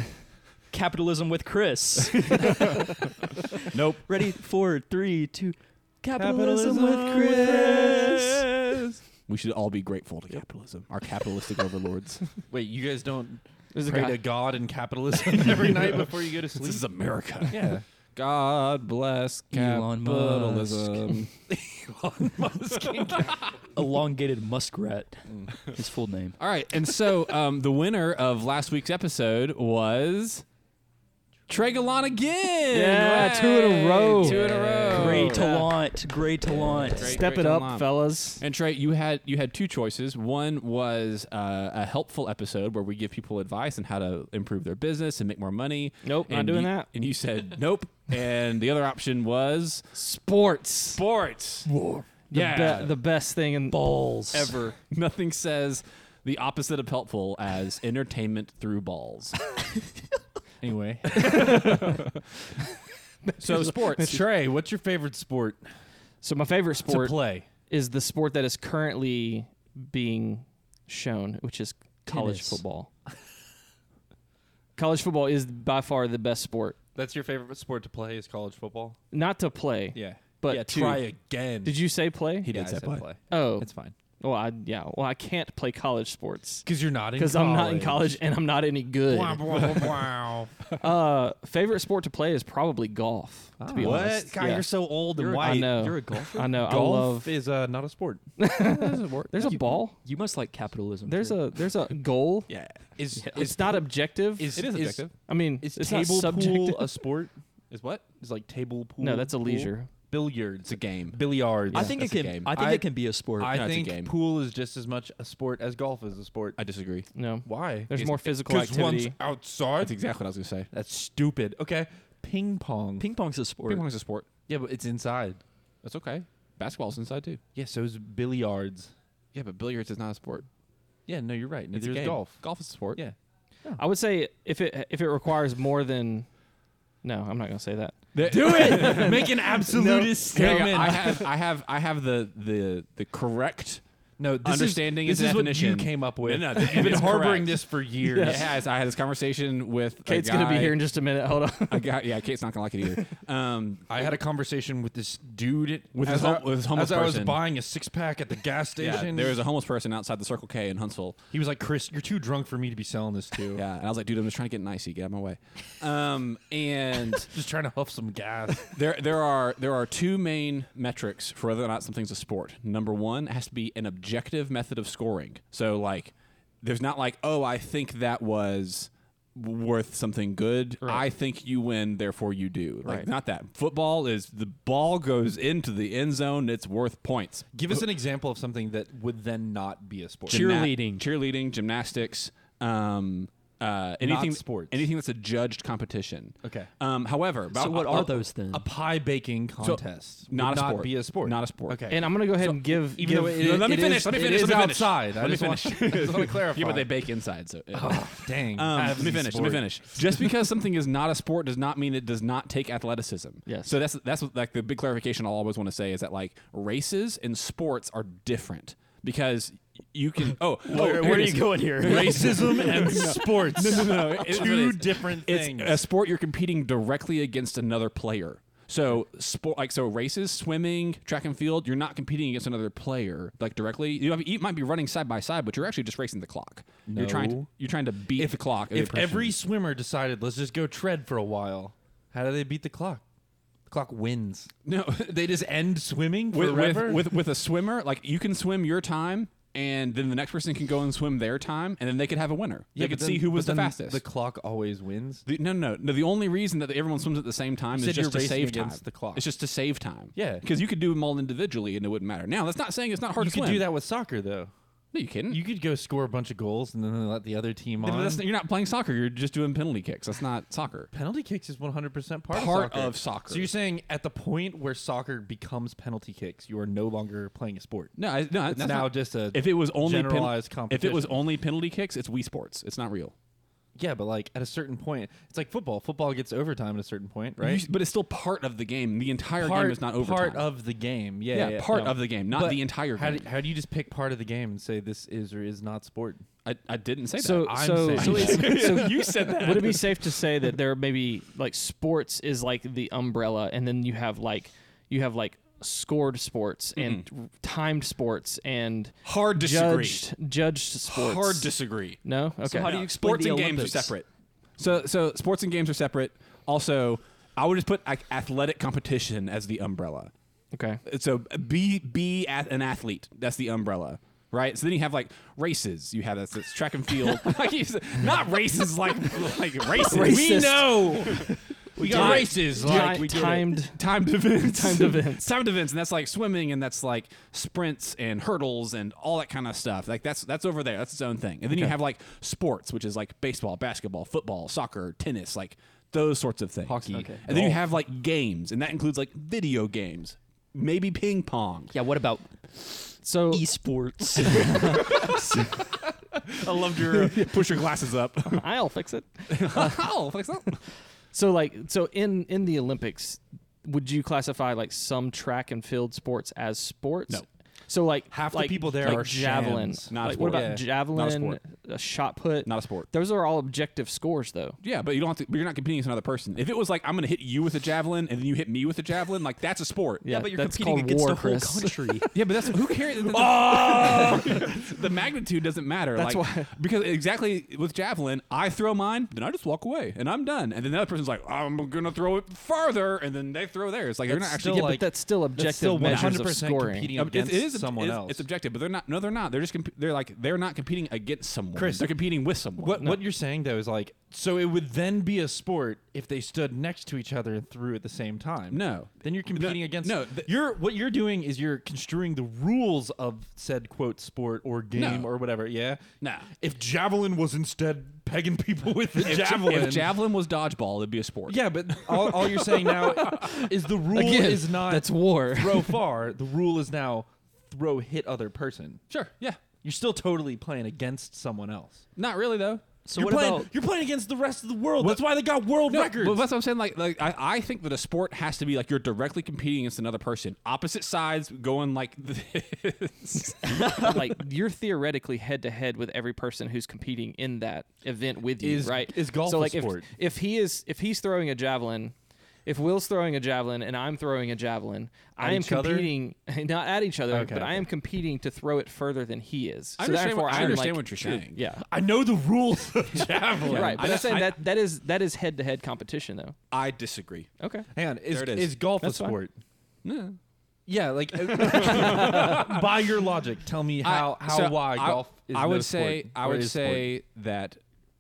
[SPEAKER 6] capitalism with Chris.
[SPEAKER 1] nope.
[SPEAKER 6] Ready? Four, three, two. Capitalism, with Chris.
[SPEAKER 1] We should all be grateful to capitalism, our capitalistic overlords.
[SPEAKER 3] Wait, you guys don't
[SPEAKER 5] There's a
[SPEAKER 3] pray
[SPEAKER 5] guy-
[SPEAKER 3] to God and capitalism every night before you go to
[SPEAKER 1] this
[SPEAKER 3] sleep?
[SPEAKER 1] is America.
[SPEAKER 3] yeah.
[SPEAKER 1] God bless
[SPEAKER 6] Elon
[SPEAKER 1] capitalism.
[SPEAKER 6] Elongated muskrat.
[SPEAKER 1] Mm.
[SPEAKER 6] His full name.
[SPEAKER 1] all right, and so um, the winner of last week's episode was. Tregalon again.
[SPEAKER 5] Yeah, two in a
[SPEAKER 1] Hey,
[SPEAKER 5] row.
[SPEAKER 1] Two in a row.
[SPEAKER 6] Great talent. Great talent.
[SPEAKER 1] Great.
[SPEAKER 5] Step it
[SPEAKER 1] Great
[SPEAKER 5] up,
[SPEAKER 1] job.
[SPEAKER 5] fellas.
[SPEAKER 1] And Trey, you had you had two choices. One was uh, a helpful episode where we give people advice on how to improve their business and make more money.
[SPEAKER 5] Nope, not
[SPEAKER 1] And
[SPEAKER 5] doing
[SPEAKER 1] you-
[SPEAKER 5] that.
[SPEAKER 1] And you said nope. and the other option was
[SPEAKER 5] Sports.
[SPEAKER 1] sports.
[SPEAKER 5] The
[SPEAKER 1] Yeah.
[SPEAKER 5] be- the best thing in
[SPEAKER 6] Balls.
[SPEAKER 1] Ever. Nothing says the opposite of helpful as entertainment through balls.
[SPEAKER 3] Anyway,
[SPEAKER 1] so sports.
[SPEAKER 3] Trey, what's your favorite sport
[SPEAKER 5] So my favorite sport
[SPEAKER 3] to play?
[SPEAKER 5] is the sport that is currently being shown, which is college
[SPEAKER 6] Tennis.
[SPEAKER 5] football. college football is by far the best sport.
[SPEAKER 3] That's your favorite sport to play is college football.
[SPEAKER 5] Not to play,
[SPEAKER 3] Yeah,
[SPEAKER 5] but
[SPEAKER 3] yeah.
[SPEAKER 5] to
[SPEAKER 3] Try again.
[SPEAKER 5] Did you say play?
[SPEAKER 1] He
[SPEAKER 3] Yeah,
[SPEAKER 1] did
[SPEAKER 3] I
[SPEAKER 1] say
[SPEAKER 3] said
[SPEAKER 1] play.
[SPEAKER 5] Oh,
[SPEAKER 3] It's fine
[SPEAKER 5] well, I yeah. Well, I can't play college sports
[SPEAKER 3] because you're not in.
[SPEAKER 5] because I'm not in college and I'm not any good. uh, favorite sport to play is probably golf. To be
[SPEAKER 3] Ah. What?
[SPEAKER 5] honest,
[SPEAKER 3] God,
[SPEAKER 5] Yeah.
[SPEAKER 3] you're so old and white.
[SPEAKER 5] I know.
[SPEAKER 6] You're a golfer.
[SPEAKER 5] I know.
[SPEAKER 3] Golf
[SPEAKER 5] I love.
[SPEAKER 3] is uh, not a sport.
[SPEAKER 5] There's a ball.
[SPEAKER 6] You must like capitalism.
[SPEAKER 5] There's
[SPEAKER 6] too.
[SPEAKER 5] a there's a goal.
[SPEAKER 1] Yeah.
[SPEAKER 3] Is
[SPEAKER 5] It's not objective.
[SPEAKER 3] Is,
[SPEAKER 1] It is objective.
[SPEAKER 5] I mean,
[SPEAKER 3] Is
[SPEAKER 5] it's not
[SPEAKER 3] table
[SPEAKER 5] subjective.
[SPEAKER 3] pool a sport?
[SPEAKER 1] Is what?
[SPEAKER 3] Is like table pool?
[SPEAKER 5] no, that's a
[SPEAKER 3] pool?
[SPEAKER 5] leisure.
[SPEAKER 3] billiards.
[SPEAKER 1] It's a game.
[SPEAKER 3] Billiards.
[SPEAKER 1] Yeah,
[SPEAKER 6] I think it
[SPEAKER 1] that's a
[SPEAKER 6] can.
[SPEAKER 1] game.
[SPEAKER 6] I think
[SPEAKER 3] I-
[SPEAKER 6] it can be a sport.
[SPEAKER 3] I
[SPEAKER 1] No, it's a
[SPEAKER 3] think
[SPEAKER 1] game.
[SPEAKER 3] pool is just as much a sport as golf is a sport.
[SPEAKER 1] I disagree.
[SPEAKER 5] No.
[SPEAKER 3] Why?
[SPEAKER 5] There's
[SPEAKER 1] It's-
[SPEAKER 5] more physical
[SPEAKER 3] Because one's
[SPEAKER 5] activity.
[SPEAKER 1] That's
[SPEAKER 3] outside.
[SPEAKER 1] exactly what I was going to say.
[SPEAKER 3] That's stupid. Okay. Ping pong.
[SPEAKER 6] Ping pong's a sport.
[SPEAKER 1] Ping pong's a sport.
[SPEAKER 3] Yeah, but it's inside.
[SPEAKER 1] That's okay. Basketball's inside too.
[SPEAKER 3] Yeah, so is billiards.
[SPEAKER 1] Yeah, but billiards is not a sport.
[SPEAKER 3] Yeah, no, you're right.
[SPEAKER 1] It's
[SPEAKER 3] Neither
[SPEAKER 1] a
[SPEAKER 3] is
[SPEAKER 1] game.
[SPEAKER 3] golf.
[SPEAKER 1] Golf is a sport.
[SPEAKER 3] Yeah.
[SPEAKER 5] I would say if it if it requires more than no, I'm not going to say that.
[SPEAKER 3] Do it. Make an absolutist
[SPEAKER 1] Hang on,
[SPEAKER 3] statement.
[SPEAKER 1] I have, I have, I have the the the correct.
[SPEAKER 3] no, this
[SPEAKER 1] understanding
[SPEAKER 3] is,
[SPEAKER 1] is
[SPEAKER 3] this is
[SPEAKER 1] definition.
[SPEAKER 3] what you came up with.
[SPEAKER 1] No, no,
[SPEAKER 3] You've
[SPEAKER 1] it
[SPEAKER 3] been
[SPEAKER 1] is
[SPEAKER 3] harboring
[SPEAKER 1] correct.
[SPEAKER 3] this for years.
[SPEAKER 1] It has. I had this conversation with
[SPEAKER 5] Kate's
[SPEAKER 1] a
[SPEAKER 5] going to be
[SPEAKER 1] guy-
[SPEAKER 5] here in just a minute. Hold on.
[SPEAKER 1] a guy- yeah, Kate's not gonna like it either. Um,
[SPEAKER 3] I had a conversation with this dude
[SPEAKER 1] With
[SPEAKER 3] as
[SPEAKER 1] his
[SPEAKER 3] I-
[SPEAKER 1] hom- with his
[SPEAKER 3] as
[SPEAKER 1] homeless
[SPEAKER 3] I was
[SPEAKER 1] person.
[SPEAKER 3] buying a six pack at the gas
[SPEAKER 1] yeah,
[SPEAKER 3] station.
[SPEAKER 1] there was a homeless person outside the Circle K in Huntsville.
[SPEAKER 3] he was like, "Chris, you're too drunk for me to be selling this to.
[SPEAKER 1] Yeah, and I was like, dude, I'm just trying to get an icy. Get out of my way. Um, and
[SPEAKER 3] Just trying to huff some gas."
[SPEAKER 1] there there are there are two main metrics for whether or not something's a sport. Number one it has to be an objective method of scoring. So like, there's not like, oh, I think that was worth something good. I think you win, therefore you do. Like
[SPEAKER 5] Right.
[SPEAKER 1] not that. Football is the ball goes into the end zone. It's worth points.
[SPEAKER 3] Give us an example of something that would then not be a sport.
[SPEAKER 5] Cheer- Cheerleading.
[SPEAKER 1] cheerleading, gymnastics, um, uh, anything
[SPEAKER 3] sports.
[SPEAKER 1] anything that's a judged competition.
[SPEAKER 3] Okay.
[SPEAKER 1] Um, however,
[SPEAKER 6] So
[SPEAKER 1] about-
[SPEAKER 6] what
[SPEAKER 1] uh,
[SPEAKER 6] are those then?
[SPEAKER 3] a pie baking contest would
[SPEAKER 1] Not a
[SPEAKER 3] not
[SPEAKER 1] sport.
[SPEAKER 3] be a sport.
[SPEAKER 1] Not a sport.
[SPEAKER 3] Okay.
[SPEAKER 5] And I'm going to go ahead and give
[SPEAKER 3] even though
[SPEAKER 5] give-
[SPEAKER 3] it-
[SPEAKER 1] No, let me
[SPEAKER 3] it
[SPEAKER 1] finish.
[SPEAKER 3] is-
[SPEAKER 1] let me
[SPEAKER 3] it
[SPEAKER 1] finish.
[SPEAKER 3] is
[SPEAKER 1] let me finish.
[SPEAKER 3] outside. I
[SPEAKER 1] Let me
[SPEAKER 3] just want-
[SPEAKER 1] finish.
[SPEAKER 3] I just want to clarify.
[SPEAKER 1] Yeah, but they bake inside, so.
[SPEAKER 3] Oh. dang.
[SPEAKER 1] Um,
[SPEAKER 3] That's
[SPEAKER 1] let me
[SPEAKER 3] a
[SPEAKER 1] finish. Let me
[SPEAKER 3] sport.
[SPEAKER 1] finish. Just because something is not a sport does not mean it does not take athleticism.
[SPEAKER 5] Yes.
[SPEAKER 1] So that's that's what, like the big clarification I'll always want to say is that like races and sports are different because you can. Oh, oh, here it is.
[SPEAKER 5] here?
[SPEAKER 3] Racism and sports.
[SPEAKER 1] No, no, no. It- it's what it
[SPEAKER 3] Two
[SPEAKER 1] is.
[SPEAKER 3] different
[SPEAKER 1] It's
[SPEAKER 3] things.
[SPEAKER 1] a sport you're competing directly against another player. So sport like so races, swimming, track and field, you're not competing against another player like directly. You, have, you might be running side by side, but you're actually just racing the clock. You're trying to
[SPEAKER 3] No.
[SPEAKER 1] you're trying to beat the clock. of the
[SPEAKER 3] if
[SPEAKER 1] person.
[SPEAKER 3] every swimmer decided let's just go tread for a while how do they beat the clock the clock wins
[SPEAKER 1] no
[SPEAKER 3] they just end swimming
[SPEAKER 1] with, with
[SPEAKER 3] forever
[SPEAKER 1] with with a swimmer, like you can swim your time and then the next person can go and swim their time and then they could have a winner.
[SPEAKER 3] Yeah,
[SPEAKER 1] they could
[SPEAKER 3] but
[SPEAKER 1] see
[SPEAKER 3] then-
[SPEAKER 1] who was
[SPEAKER 3] but
[SPEAKER 1] the
[SPEAKER 3] then
[SPEAKER 1] fastest.
[SPEAKER 3] the clock always wins
[SPEAKER 1] The- no, no, no. The only reason that everyone swims at the same
[SPEAKER 3] You
[SPEAKER 1] time is
[SPEAKER 3] said you're
[SPEAKER 1] just to
[SPEAKER 3] racing
[SPEAKER 1] save time.
[SPEAKER 3] against the clock.
[SPEAKER 1] It's just to save time.
[SPEAKER 3] Yeah.
[SPEAKER 1] because you could do them all individually and it wouldn't matter. Now that's not saying it's not hard
[SPEAKER 3] you
[SPEAKER 1] to
[SPEAKER 3] could
[SPEAKER 1] swim.
[SPEAKER 3] do that with soccer though
[SPEAKER 1] No, you kiddn't.
[SPEAKER 3] you could go score a bunch of goals and then let the other team
[SPEAKER 1] Then
[SPEAKER 3] on
[SPEAKER 1] that's- you're not playing soccer. You're just doing penalty kicks. That's not soccer.
[SPEAKER 3] penalty kicks is 100% part,
[SPEAKER 1] Part
[SPEAKER 3] of, soccer.
[SPEAKER 1] of soccer.
[SPEAKER 3] so you're saying at the point where soccer becomes penalty kicks you are no longer playing a sport
[SPEAKER 1] No, I, no.
[SPEAKER 3] it's
[SPEAKER 1] that's
[SPEAKER 3] now
[SPEAKER 1] not-
[SPEAKER 3] just a
[SPEAKER 1] if it was only pen-
[SPEAKER 3] generalized
[SPEAKER 1] if it was
[SPEAKER 3] competition.
[SPEAKER 1] only penalty kicks, it's Wii Sports. It's not real.
[SPEAKER 3] yeah but like at a certain point it's like football football gets overtime at a certain point right
[SPEAKER 1] You- but it's still part of the game. The entire game is not overtime.
[SPEAKER 3] part of the game. Yeah,
[SPEAKER 1] Yeah,
[SPEAKER 3] yeah,
[SPEAKER 1] part of the game, not
[SPEAKER 3] But
[SPEAKER 1] the entire
[SPEAKER 3] How
[SPEAKER 1] game.
[SPEAKER 3] do, how do you just pick part of the game and say this is or is not sport?
[SPEAKER 1] I, I didn't say
[SPEAKER 5] So
[SPEAKER 1] that.
[SPEAKER 3] I'm
[SPEAKER 5] so, so,
[SPEAKER 3] saying
[SPEAKER 5] it's, so you said that. Would it be safe to say that there may be like sports is like the umbrella, and then you have like you have like scored sports and timed sports and
[SPEAKER 1] Hard disagree.
[SPEAKER 5] judged judged sports.
[SPEAKER 1] Hard disagree.
[SPEAKER 5] No. Okay.
[SPEAKER 6] how do
[SPEAKER 1] No,
[SPEAKER 6] you explain
[SPEAKER 1] sports
[SPEAKER 6] the
[SPEAKER 1] and games are
[SPEAKER 6] Olympics?
[SPEAKER 1] separate? So so sports and games are separate. Also, I would just put like, athletic competition as the umbrella.
[SPEAKER 5] okay.
[SPEAKER 1] So be be at an athlete. That's the umbrella. Right, so then you have like races. You have that's, that's track and field. Like you said- not races, like like races.
[SPEAKER 5] Racist.
[SPEAKER 1] know we got
[SPEAKER 5] did it.
[SPEAKER 1] races
[SPEAKER 5] Ti-
[SPEAKER 1] like we did it
[SPEAKER 5] timed.
[SPEAKER 1] timed events
[SPEAKER 5] Timed events.
[SPEAKER 1] timed events and that's like swimming and that's like sprints and hurdles and all that kind of stuff like that's that's over there that's its own thing and then you have like sports which is like baseball basketball football soccer tennis like those sorts of things
[SPEAKER 3] Hockey.
[SPEAKER 1] and then you have like games and that includes like video games maybe ping pong
[SPEAKER 6] yeah. What about
[SPEAKER 5] So
[SPEAKER 6] esports?
[SPEAKER 1] i loved your push your glasses up
[SPEAKER 5] I'll fix it.
[SPEAKER 1] oh fix up.
[SPEAKER 5] So like so in in the Olympics, would you classify like some track and field sports as sports?
[SPEAKER 1] No.
[SPEAKER 5] So like
[SPEAKER 3] Half the
[SPEAKER 5] like-
[SPEAKER 3] people there
[SPEAKER 5] like
[SPEAKER 3] are
[SPEAKER 5] javelin.
[SPEAKER 3] shams.
[SPEAKER 1] Not a
[SPEAKER 5] Like, what
[SPEAKER 1] sport.
[SPEAKER 5] about
[SPEAKER 3] Yeah.
[SPEAKER 1] Not a
[SPEAKER 5] javelin?
[SPEAKER 1] sport.
[SPEAKER 5] a shot put.
[SPEAKER 1] Not a sport.
[SPEAKER 5] Those are all objective scores though.
[SPEAKER 1] yeah but you don't have to but you're not competing against another person if it was like i'm gonna hit you with a javelin and then you hit me with a javelin like that's a sport
[SPEAKER 5] Yeah,
[SPEAKER 6] but you're
[SPEAKER 5] that's
[SPEAKER 6] competing
[SPEAKER 5] called
[SPEAKER 6] against the
[SPEAKER 5] war,
[SPEAKER 6] whole
[SPEAKER 5] Chris.
[SPEAKER 6] country.
[SPEAKER 1] Yeah, but that's who cares. The,
[SPEAKER 3] Oh.
[SPEAKER 1] the magnitude doesn't matter.
[SPEAKER 5] That's
[SPEAKER 1] like,
[SPEAKER 5] why-
[SPEAKER 1] because exactly with javelin, I throw mine, then I just walk away and I'm done. And then the other person's like, I'm gonna throw it farther, and then they throw theirs. Like they're
[SPEAKER 3] That's
[SPEAKER 1] not
[SPEAKER 3] still
[SPEAKER 1] actually.
[SPEAKER 5] Yeah,
[SPEAKER 3] like-
[SPEAKER 5] but that's still objective
[SPEAKER 3] still
[SPEAKER 5] measures of
[SPEAKER 3] 100%
[SPEAKER 5] scoring.
[SPEAKER 3] competing
[SPEAKER 1] Yeah, but Um, it-
[SPEAKER 3] against
[SPEAKER 1] it is is ob-
[SPEAKER 3] someone
[SPEAKER 1] it is-
[SPEAKER 3] else.
[SPEAKER 1] It's objective, but they're not. No, they're not. They're just. Comp- they're like they're not competing against someone.
[SPEAKER 3] Chris,
[SPEAKER 1] they're competing with someone.
[SPEAKER 3] What what you're saying though is like so it would then be a sport if they stood next to each other and threw at the same time.
[SPEAKER 1] No.
[SPEAKER 3] Then you're competing
[SPEAKER 1] No,
[SPEAKER 3] against
[SPEAKER 1] no, th-
[SPEAKER 3] you're what you're doing is you're construing the rules of said quote sport or game
[SPEAKER 1] No.
[SPEAKER 3] or whatever, yeah?
[SPEAKER 1] No.
[SPEAKER 3] If javelin was instead pegging people with the
[SPEAKER 1] If,
[SPEAKER 3] javelin.
[SPEAKER 1] if javelin was dodgeball, it'd be a sport.
[SPEAKER 3] yeah, but all, all you're saying now is the rule
[SPEAKER 4] Again,
[SPEAKER 3] is not
[SPEAKER 4] that's war.
[SPEAKER 3] throw far. The rule is now throw hit other person.
[SPEAKER 1] Sure. Yeah.
[SPEAKER 3] You're still totally playing against someone else.
[SPEAKER 1] Not really though.
[SPEAKER 6] So
[SPEAKER 3] you're
[SPEAKER 6] what
[SPEAKER 3] playing,
[SPEAKER 6] about
[SPEAKER 3] you're playing against the rest of the world. That's why they got world
[SPEAKER 1] No,
[SPEAKER 3] records.
[SPEAKER 1] But that's what I'm saying. Like, like I, I think that a sport has to be like you're directly competing against another person, opposite sides going like this.
[SPEAKER 5] like you're theoretically head to head with every person who's competing in that event with you,
[SPEAKER 3] Is-
[SPEAKER 5] right?
[SPEAKER 3] is golf
[SPEAKER 5] so
[SPEAKER 3] a
[SPEAKER 5] like if-
[SPEAKER 3] sport?
[SPEAKER 5] If, he is if he's throwing a javelin, if Will's throwing a javelin and I'm throwing a javelin, I am
[SPEAKER 3] each other?
[SPEAKER 5] competing not at each other,
[SPEAKER 3] Okay,
[SPEAKER 5] but I
[SPEAKER 3] okay.
[SPEAKER 5] am competing to throw it further than he is.
[SPEAKER 1] I
[SPEAKER 5] so
[SPEAKER 1] understand
[SPEAKER 5] therefore,
[SPEAKER 1] what- I
[SPEAKER 5] I'm
[SPEAKER 1] understand
[SPEAKER 5] like-
[SPEAKER 1] what you're saying.
[SPEAKER 5] Yeah.
[SPEAKER 3] I know the rules of javelin.
[SPEAKER 5] Right, but
[SPEAKER 1] I-
[SPEAKER 5] I'm saying
[SPEAKER 1] I-
[SPEAKER 5] that that is that is head to head competition though.
[SPEAKER 1] I disagree.
[SPEAKER 5] Okay.
[SPEAKER 3] Hang on, is,
[SPEAKER 1] There it is.
[SPEAKER 3] is. golf
[SPEAKER 5] That's
[SPEAKER 3] a
[SPEAKER 5] fine.
[SPEAKER 3] sport?
[SPEAKER 1] No.
[SPEAKER 3] Yeah, like uh, by your logic, tell me how
[SPEAKER 1] I-
[SPEAKER 3] how
[SPEAKER 1] so
[SPEAKER 3] why
[SPEAKER 1] I,
[SPEAKER 3] golf is
[SPEAKER 1] I
[SPEAKER 3] no
[SPEAKER 1] would
[SPEAKER 3] sport,
[SPEAKER 1] say I
[SPEAKER 3] or
[SPEAKER 1] would
[SPEAKER 3] is sport.
[SPEAKER 1] say that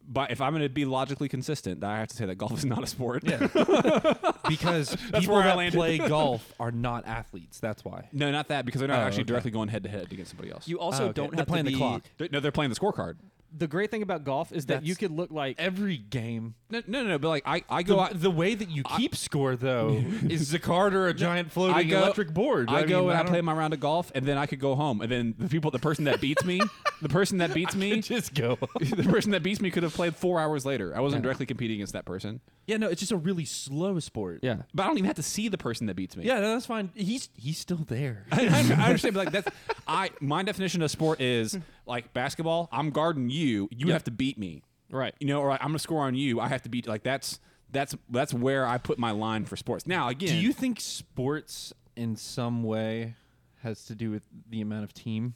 [SPEAKER 1] but if I'm going to be logically consistent, then I have to say that golf is not a sport.
[SPEAKER 3] because people
[SPEAKER 1] where I
[SPEAKER 3] that
[SPEAKER 1] landed.
[SPEAKER 3] play golf are not athletes. That's why.
[SPEAKER 1] no, not that because they're not
[SPEAKER 3] Oh,
[SPEAKER 1] actually
[SPEAKER 3] okay.
[SPEAKER 1] directly going head to head against somebody else.
[SPEAKER 6] you also
[SPEAKER 3] Oh, okay.
[SPEAKER 6] don't
[SPEAKER 3] They're
[SPEAKER 6] have
[SPEAKER 3] playing
[SPEAKER 6] to
[SPEAKER 3] the
[SPEAKER 6] be
[SPEAKER 3] clock.
[SPEAKER 1] They- no, they're playing the scorecard.
[SPEAKER 5] The great thing about golf is that you
[SPEAKER 3] That's-
[SPEAKER 5] could look like
[SPEAKER 3] Every game.
[SPEAKER 1] No, no, no, no, but like I, I
[SPEAKER 3] The,
[SPEAKER 1] go out.
[SPEAKER 3] the way that you keep score though is the card or a giant floating
[SPEAKER 1] I go,
[SPEAKER 3] electric board.
[SPEAKER 1] I, go
[SPEAKER 3] mean,
[SPEAKER 1] and I, play
[SPEAKER 3] don't-
[SPEAKER 1] my round of golf, and then I could go home. And then the people, the person that beats me, the person that beats me,
[SPEAKER 3] just go.
[SPEAKER 1] the person that beats me could have played four hours later. I wasn't directly competing against that person,
[SPEAKER 3] yeah, no, it's just a really slow sport.
[SPEAKER 5] yeah.
[SPEAKER 1] but I don't even have to see the person that beats me.
[SPEAKER 3] Yeah, no, that's fine. He's he's still there.
[SPEAKER 1] I, I understand, but like that's I my definition of sport
[SPEAKER 3] Hmm.
[SPEAKER 1] is like basketball. I'm guarding you. You have to beat me,
[SPEAKER 5] Right.
[SPEAKER 1] You know, or like, I'm gonna score on you. I have to beat. Like that's that's that's where I put my line for sports. Now again,
[SPEAKER 3] Do you think sports in some way has to do with the amount of team?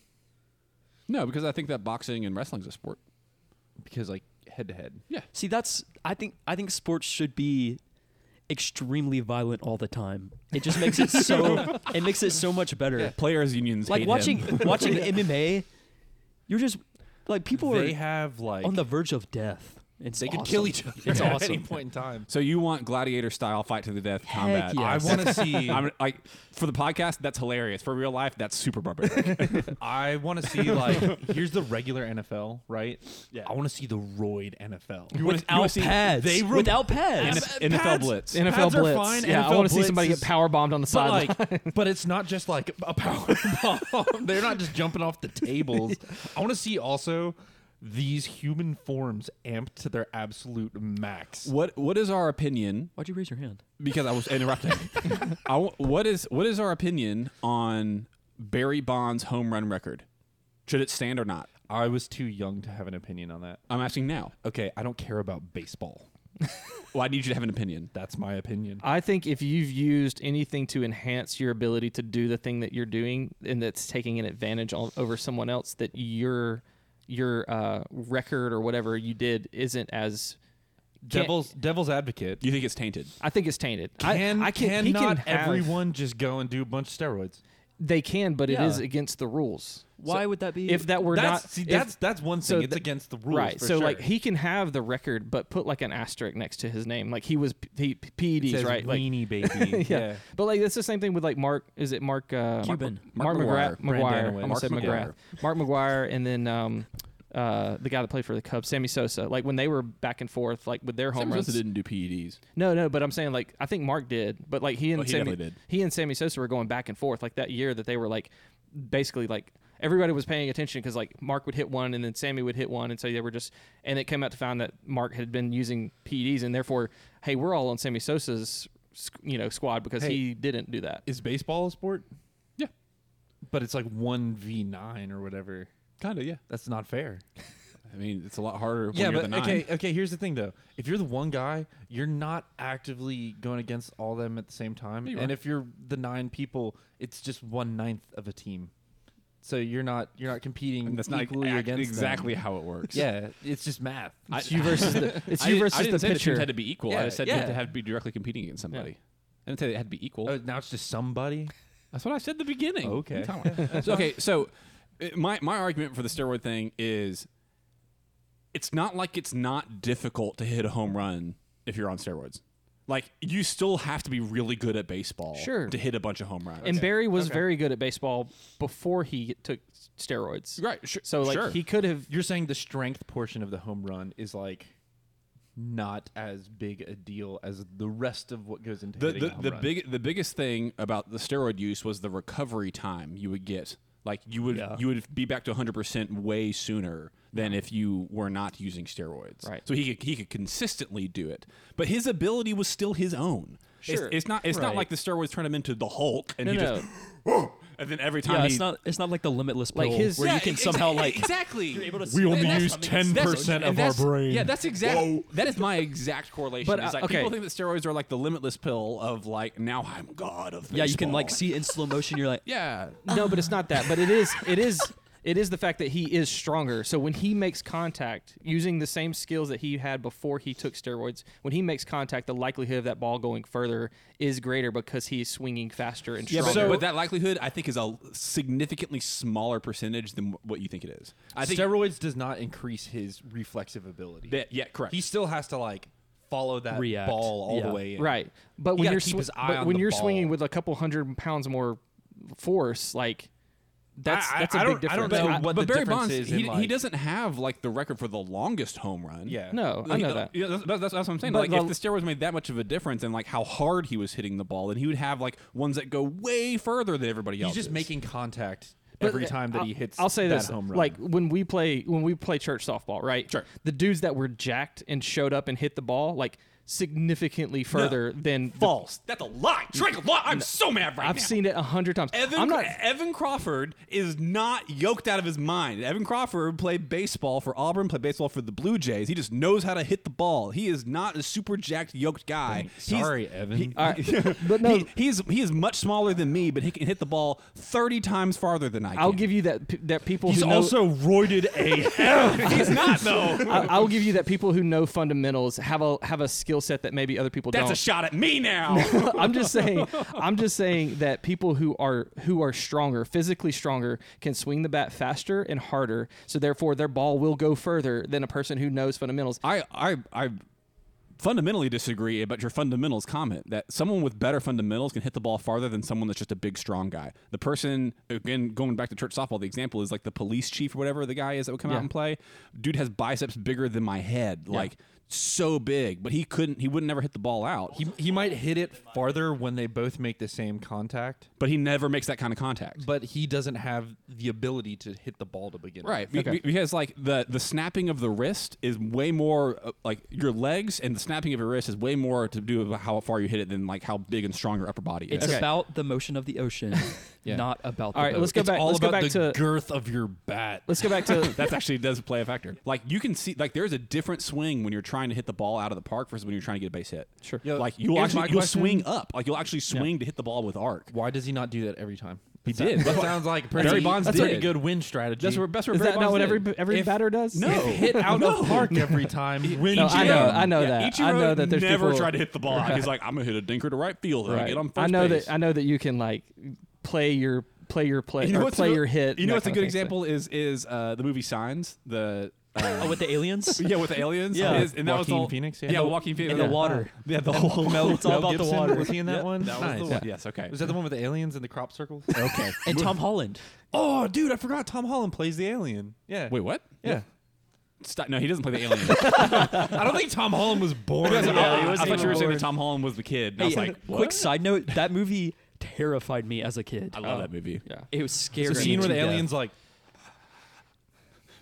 [SPEAKER 1] no? Because I think that boxing and wrestling's a sport.
[SPEAKER 3] Because like head to head.
[SPEAKER 1] Yeah,
[SPEAKER 6] See, that's I think I think sports should be extremely violent all the time. It just makes it so it makes it so much better.
[SPEAKER 1] players unions
[SPEAKER 6] Like
[SPEAKER 1] hate
[SPEAKER 6] watching
[SPEAKER 1] him.
[SPEAKER 6] watching MMA, you're just like people
[SPEAKER 3] They
[SPEAKER 6] are
[SPEAKER 3] have like
[SPEAKER 6] on the verge of death. It's
[SPEAKER 1] They
[SPEAKER 6] awesome.
[SPEAKER 1] could kill each other.
[SPEAKER 6] It's
[SPEAKER 3] at
[SPEAKER 6] awesome.
[SPEAKER 3] any point in time.
[SPEAKER 1] So you want gladiator style fight to the death combat?
[SPEAKER 6] Heck yes.
[SPEAKER 3] I want to see.
[SPEAKER 1] I'm like for the podcast, that's hilarious. For real life, that's super barbaric.
[SPEAKER 3] I want to see like here's the regular NFL, right?
[SPEAKER 1] Yeah.
[SPEAKER 3] I want to see the roid NFL.
[SPEAKER 1] You wanna- you wanna
[SPEAKER 6] Without
[SPEAKER 1] see-
[SPEAKER 6] pads.
[SPEAKER 1] they re-
[SPEAKER 6] Without pads.
[SPEAKER 1] NF- NFL Blitz.
[SPEAKER 5] NFL
[SPEAKER 3] pads are
[SPEAKER 5] Blitz.
[SPEAKER 3] fine,
[SPEAKER 5] Yeah, I
[SPEAKER 3] NFL
[SPEAKER 5] want to see
[SPEAKER 3] Blitz
[SPEAKER 5] somebody
[SPEAKER 3] is-
[SPEAKER 5] get power bombed on the
[SPEAKER 3] But
[SPEAKER 5] sideline.
[SPEAKER 3] like, but it's not just like a power bomb. They're not just jumping off the tables. I want to see also these human forms amped to their absolute max.
[SPEAKER 1] what What is our opinion?
[SPEAKER 6] Why'd you raise your hand?
[SPEAKER 1] Because I was interrupting. I w what is What is our opinion on Barry Bonds' home run record? Should it stand or not?
[SPEAKER 3] I was too young to have an opinion on that.
[SPEAKER 1] I'm asking now.
[SPEAKER 3] Okay, I don't care about baseball.
[SPEAKER 1] Well, I need you to have an opinion.
[SPEAKER 3] That's my opinion.
[SPEAKER 5] I think if you've used anything to enhance your ability to do the thing that you're doing and that's taking an advantage o- over someone else, that your your uh, record or whatever you did isn't as can't-
[SPEAKER 3] Devil's devil's advocate.
[SPEAKER 1] Do you think it's tainted?
[SPEAKER 5] I think it's tainted.
[SPEAKER 3] Can
[SPEAKER 5] I, I can, he
[SPEAKER 3] cannot
[SPEAKER 5] can have-
[SPEAKER 3] everyone just go and do a bunch of steroids?
[SPEAKER 5] They can, but
[SPEAKER 6] Yeah.
[SPEAKER 5] it is against the rules.
[SPEAKER 6] Why would that be?
[SPEAKER 5] If that were
[SPEAKER 3] that's,
[SPEAKER 5] not,
[SPEAKER 3] see,
[SPEAKER 5] if-
[SPEAKER 3] that's that's one thing.
[SPEAKER 5] so
[SPEAKER 3] it's
[SPEAKER 5] th-
[SPEAKER 3] against the rules,
[SPEAKER 5] right?
[SPEAKER 3] for
[SPEAKER 5] So
[SPEAKER 3] sure.
[SPEAKER 5] like he can have the record, but put like an asterisk next to his name. Like he was p- he, p-
[SPEAKER 3] It
[SPEAKER 5] PEDs,
[SPEAKER 3] says
[SPEAKER 5] right? Like
[SPEAKER 3] weenie baby.
[SPEAKER 5] yeah. But like that's the same thing with like Mark. Is it Mark? Uh,
[SPEAKER 6] Cuban.
[SPEAKER 5] Mark,
[SPEAKER 1] Mark
[SPEAKER 3] McGuire.
[SPEAKER 5] Mark McGrath. McGuire.
[SPEAKER 3] Brandon
[SPEAKER 5] I
[SPEAKER 3] Wayne.
[SPEAKER 5] almost said
[SPEAKER 1] Mark
[SPEAKER 5] McGuire. Mark McGuire, and then um, uh, the guy that played for the Cubs, Sammy Sosa. Like when they were back and forth, like with their home
[SPEAKER 1] Sammy
[SPEAKER 5] runs.
[SPEAKER 1] Sosa didn't do E PEDs.
[SPEAKER 5] No, no. But I'm saying like I think Mark did, but like he and
[SPEAKER 1] Well, Oh, he
[SPEAKER 5] Sammy,
[SPEAKER 1] definitely did.
[SPEAKER 5] he and Sammy Sosa were going back and forth like that year that they were like basically like. Everybody was paying attention because like Mark would hit one and then Sammy would hit one and so they were just and it came out to find that Mark had been using PEDs and therefore hey we're all on Sammy Sosa's squ- you know squad because
[SPEAKER 3] Hey.
[SPEAKER 5] he didn't do that.
[SPEAKER 3] Is baseball a sport?
[SPEAKER 1] Yeah,
[SPEAKER 3] But it's like one v nine or whatever.
[SPEAKER 1] kind of. Yeah.
[SPEAKER 3] That's not fair.
[SPEAKER 1] I mean, it's a lot harder. When
[SPEAKER 3] yeah,
[SPEAKER 1] you're
[SPEAKER 3] but
[SPEAKER 1] the nine.
[SPEAKER 3] okay, okay. Here's the thing though: if you're the one guy, you're not actively going against all them at the same time.
[SPEAKER 1] Yeah, you
[SPEAKER 3] and
[SPEAKER 1] are.
[SPEAKER 3] if you're the nine people, it's just one ninth of a team. So you're not you're not competing
[SPEAKER 1] And that's not
[SPEAKER 3] equally
[SPEAKER 1] ac-
[SPEAKER 3] against them.
[SPEAKER 1] exactly how it works.
[SPEAKER 3] Yeah, it's just math.
[SPEAKER 1] I-
[SPEAKER 5] It's you versus the it's
[SPEAKER 1] I didn't-
[SPEAKER 5] you
[SPEAKER 1] I
[SPEAKER 5] versus
[SPEAKER 1] didn't
[SPEAKER 5] the
[SPEAKER 1] say the teams
[SPEAKER 5] pitcher.
[SPEAKER 1] had to be equal. I
[SPEAKER 3] Yeah,
[SPEAKER 1] just said you had
[SPEAKER 3] yeah.
[SPEAKER 5] Uh,
[SPEAKER 1] to have to be directly competing against somebody. I didn't say it had to be equal.
[SPEAKER 3] Oh, now it's just somebody.
[SPEAKER 1] That's what I said at the beginning.
[SPEAKER 3] Okay.
[SPEAKER 1] So, okay, so uh, my my argument for the steroid thing is it's not like it's not difficult to hit a home run if you're on steroids. Like you still have to be really good at baseball
[SPEAKER 5] Sure.
[SPEAKER 1] to hit a bunch of home runs.
[SPEAKER 5] And Barry was very good at baseball before he took steroids.
[SPEAKER 1] Right, sure-
[SPEAKER 5] so like
[SPEAKER 1] sure.
[SPEAKER 5] he could have
[SPEAKER 3] You're saying the strength portion of the home run is like not as big a deal as the rest of what goes into
[SPEAKER 1] the
[SPEAKER 3] hitting a
[SPEAKER 1] the,
[SPEAKER 3] home
[SPEAKER 1] the
[SPEAKER 3] run.
[SPEAKER 1] big the biggest thing about the steroid use was the recovery time you would get. Like you would
[SPEAKER 3] Yeah.
[SPEAKER 1] you would be back to 100% way sooner than if you were not using steroids.
[SPEAKER 5] Right.
[SPEAKER 1] So he could, he could consistently do it, but his ability was still his own. It's-
[SPEAKER 5] Sure.
[SPEAKER 1] It's, not it's not
[SPEAKER 3] Right.
[SPEAKER 1] like the steroids turned him into the Hulk and
[SPEAKER 5] no
[SPEAKER 1] he
[SPEAKER 5] no.
[SPEAKER 1] just and then every time
[SPEAKER 6] Yeah,
[SPEAKER 1] he
[SPEAKER 6] it's not it's not like the limitless pill
[SPEAKER 5] Like his-
[SPEAKER 6] where
[SPEAKER 1] Yeah,
[SPEAKER 6] you can
[SPEAKER 1] ex-
[SPEAKER 6] somehow like
[SPEAKER 1] exactly you're able to
[SPEAKER 3] we only use 10% of our brain.
[SPEAKER 1] Yeah, that's exactly that is my exact correlation.
[SPEAKER 5] But,
[SPEAKER 1] It's
[SPEAKER 5] uh,
[SPEAKER 1] like
[SPEAKER 5] okay.
[SPEAKER 1] people think that steroids are like the limitless pill of like now I'm god of
[SPEAKER 6] yeah, you can like
[SPEAKER 1] baseball.
[SPEAKER 6] see it in slow motion. You're like,
[SPEAKER 1] Yeah.
[SPEAKER 5] No, but it's not that. But it is. It is. It is the fact that he is stronger. So when he makes contact, using the same skills that he had before he took steroids, when he makes contact, the likelihood of that ball going further is greater because he's swinging faster and
[SPEAKER 1] Yeah,
[SPEAKER 5] stronger.
[SPEAKER 1] but, but that likelihood I think is a significantly smaller percentage than what you think it is. I think
[SPEAKER 3] steroids does not increase his reflexive ability.
[SPEAKER 1] that, yeah, correct.
[SPEAKER 3] He still has to like follow that
[SPEAKER 6] React.
[SPEAKER 3] ball all
[SPEAKER 6] Yeah.
[SPEAKER 3] the way in.
[SPEAKER 5] right. But when
[SPEAKER 3] gotta
[SPEAKER 5] you're
[SPEAKER 3] keep
[SPEAKER 5] swi-
[SPEAKER 3] his eye
[SPEAKER 5] but
[SPEAKER 3] on
[SPEAKER 5] when
[SPEAKER 3] the
[SPEAKER 5] you're
[SPEAKER 3] ball.
[SPEAKER 5] swinging with a couple hundred pounds more force, like that's
[SPEAKER 3] I- I-
[SPEAKER 5] that's a
[SPEAKER 3] I
[SPEAKER 5] big
[SPEAKER 3] don't- I
[SPEAKER 5] difference.
[SPEAKER 3] don't
[SPEAKER 1] but,
[SPEAKER 3] know
[SPEAKER 1] I-
[SPEAKER 3] what
[SPEAKER 1] but
[SPEAKER 3] the
[SPEAKER 1] Barry
[SPEAKER 3] difference
[SPEAKER 1] Bonds,
[SPEAKER 3] is
[SPEAKER 1] he,
[SPEAKER 3] in,
[SPEAKER 1] he
[SPEAKER 3] like-
[SPEAKER 1] doesn't have like the record for the longest home run.
[SPEAKER 3] Yeah.
[SPEAKER 5] no, I
[SPEAKER 1] Like,
[SPEAKER 5] know
[SPEAKER 1] uh,
[SPEAKER 5] that.
[SPEAKER 1] yeah, that's, that's- that's what I'm saying.
[SPEAKER 5] But
[SPEAKER 1] like,
[SPEAKER 5] the-
[SPEAKER 1] if the steroids made that much of a difference in like how hard he was hitting the ball, then he would have like ones that go way further than everybody else.
[SPEAKER 3] He's just making contact every
[SPEAKER 5] But, uh,
[SPEAKER 3] time that
[SPEAKER 5] I'll,
[SPEAKER 3] he hits
[SPEAKER 5] I'll say
[SPEAKER 3] that
[SPEAKER 5] this
[SPEAKER 3] home run.
[SPEAKER 5] like when we play when we play church softball right
[SPEAKER 1] Sure.
[SPEAKER 5] the dudes that were jacked and showed up and hit the ball like significantly further than the-
[SPEAKER 1] false. That's a lie. Drink a lie. I'm so mad right
[SPEAKER 5] i've
[SPEAKER 1] now.
[SPEAKER 5] seen it a hundred times
[SPEAKER 1] Evan,
[SPEAKER 5] i'm not
[SPEAKER 1] Evan Crawford is not yoked out of his mind. Evan Crawford played baseball for Auburn, played baseball for the Blue Jays. He just knows how to hit the ball. He is not a super jacked, yoked guy. He's-
[SPEAKER 3] Sorry, Evan.
[SPEAKER 5] all right. but no
[SPEAKER 1] he, he's he is much smaller than me, but he can hit the ball thirty times farther than I can.
[SPEAKER 5] i'll give you that p- that people
[SPEAKER 3] He's
[SPEAKER 5] who know,
[SPEAKER 6] "Oh."
[SPEAKER 3] also roided AF.
[SPEAKER 1] He's not though.
[SPEAKER 5] I, i'll give you that people who know fundamentals have a have a skill set that maybe other people
[SPEAKER 1] That's
[SPEAKER 5] don't
[SPEAKER 1] a shot at me now.
[SPEAKER 5] I'm just saying. I'm just saying that people who are who are stronger, physically stronger, can swing the bat faster and harder. So therefore, their ball will go further than a person who knows fundamentals.
[SPEAKER 1] I I I fundamentally disagree about your fundamentals comment that someone with better fundamentals can hit the ball farther than someone that's just a big strong guy. The person again going back to church softball, the example is like the police chief or whatever the guy is that would come
[SPEAKER 5] Yeah.
[SPEAKER 1] out and play. Dude has biceps bigger than my head, like so big, but he couldn't he would never hit the ball out. He,
[SPEAKER 3] He, he might hit it farther when they both make the same contact,
[SPEAKER 1] but he never makes that kind of contact.
[SPEAKER 3] but he doesn't have the ability to hit the ball to begin
[SPEAKER 1] Right, be-
[SPEAKER 3] with.
[SPEAKER 1] be- because like the the snapping of the wrist is way more uh, like your legs and the snapping of your wrist is way more to do with how far you hit it than like how big and strong your upper body is.
[SPEAKER 6] it's about the motion of the ocean, not about. The
[SPEAKER 5] All right,
[SPEAKER 6] boat.
[SPEAKER 5] let's go
[SPEAKER 3] It's
[SPEAKER 5] back.
[SPEAKER 3] all
[SPEAKER 5] Let's go
[SPEAKER 3] about
[SPEAKER 5] back
[SPEAKER 3] the
[SPEAKER 5] to.
[SPEAKER 3] girth of your bat.
[SPEAKER 5] Let's go back to.
[SPEAKER 1] That's actually does play a factor. Like you can see, like there's a different swing when you're trying to hit the ball out of the park versus when you're trying to get a base hit.
[SPEAKER 5] Sure.
[SPEAKER 3] Yeah,
[SPEAKER 1] like you'll
[SPEAKER 3] here's my
[SPEAKER 1] actually you'll
[SPEAKER 3] question.
[SPEAKER 1] swing up, like you'll actually swing to hit the ball with arc.
[SPEAKER 3] Why does he not do that every time?
[SPEAKER 1] He did.
[SPEAKER 3] That sounds like pretty,
[SPEAKER 1] Barry Bonds
[SPEAKER 3] that's
[SPEAKER 1] did.
[SPEAKER 3] pretty good win strategy.
[SPEAKER 1] That's where that's where
[SPEAKER 5] Is
[SPEAKER 1] Barry
[SPEAKER 5] that
[SPEAKER 1] Bonds
[SPEAKER 5] not what
[SPEAKER 1] did.
[SPEAKER 5] every every
[SPEAKER 1] If-
[SPEAKER 5] batter does?
[SPEAKER 1] No,
[SPEAKER 3] hit out of park every time. Win
[SPEAKER 5] No, I know,
[SPEAKER 3] jam.
[SPEAKER 5] I know
[SPEAKER 1] Yeah,
[SPEAKER 5] that. I know
[SPEAKER 1] Ichiro
[SPEAKER 5] that there's
[SPEAKER 1] never
[SPEAKER 5] people-
[SPEAKER 1] tried to hit the ball. out. He's like, I'm gonna hit a dinker to right field. and
[SPEAKER 5] Right.
[SPEAKER 1] Get on first
[SPEAKER 5] I know
[SPEAKER 1] base.
[SPEAKER 5] that. I know that you can like play your play your play
[SPEAKER 1] You know
[SPEAKER 5] or
[SPEAKER 1] what's a
[SPEAKER 5] play
[SPEAKER 1] good-
[SPEAKER 5] your hit.
[SPEAKER 1] You
[SPEAKER 5] and that
[SPEAKER 1] know what's a
[SPEAKER 5] kind
[SPEAKER 1] good
[SPEAKER 5] of thing.
[SPEAKER 1] example is is uh, the movie Signs. The uh,
[SPEAKER 6] Oh, with the aliens.
[SPEAKER 1] yeah with the aliens.
[SPEAKER 6] Yeah.
[SPEAKER 1] Is- and that was
[SPEAKER 3] Joaquin
[SPEAKER 1] all-
[SPEAKER 3] Phoenix, yeah.
[SPEAKER 1] Yeah,
[SPEAKER 3] And the-
[SPEAKER 1] Joaquin Phoenix.
[SPEAKER 6] and the water.
[SPEAKER 1] Yeah, the whole Mel.
[SPEAKER 6] It's all
[SPEAKER 3] Mel
[SPEAKER 6] about the
[SPEAKER 3] Gibson,
[SPEAKER 6] water.
[SPEAKER 3] Was he in that one?
[SPEAKER 1] That was
[SPEAKER 3] nice.
[SPEAKER 1] the one. Yes. Okay.
[SPEAKER 3] Was that the one with the aliens and the crop circles? okay.
[SPEAKER 6] and Tom Holland.
[SPEAKER 3] Oh, dude, I forgot Tom Holland plays the alien. Yeah.
[SPEAKER 1] Wait, what?
[SPEAKER 3] Yeah.
[SPEAKER 1] Stop. No, he doesn't play the alien.
[SPEAKER 3] I don't think Tom Holland was born.
[SPEAKER 1] I- I, thought you were saying
[SPEAKER 6] born.
[SPEAKER 1] that Tom Holland was the kid. And I was
[SPEAKER 6] Hey,
[SPEAKER 1] like,
[SPEAKER 6] quick side note: that movie terrified me as a kid.
[SPEAKER 1] I love that movie.
[SPEAKER 5] Yeah.
[SPEAKER 6] It was scary.
[SPEAKER 3] the scene where
[SPEAKER 6] to
[SPEAKER 3] the
[SPEAKER 6] death.
[SPEAKER 3] aliens like.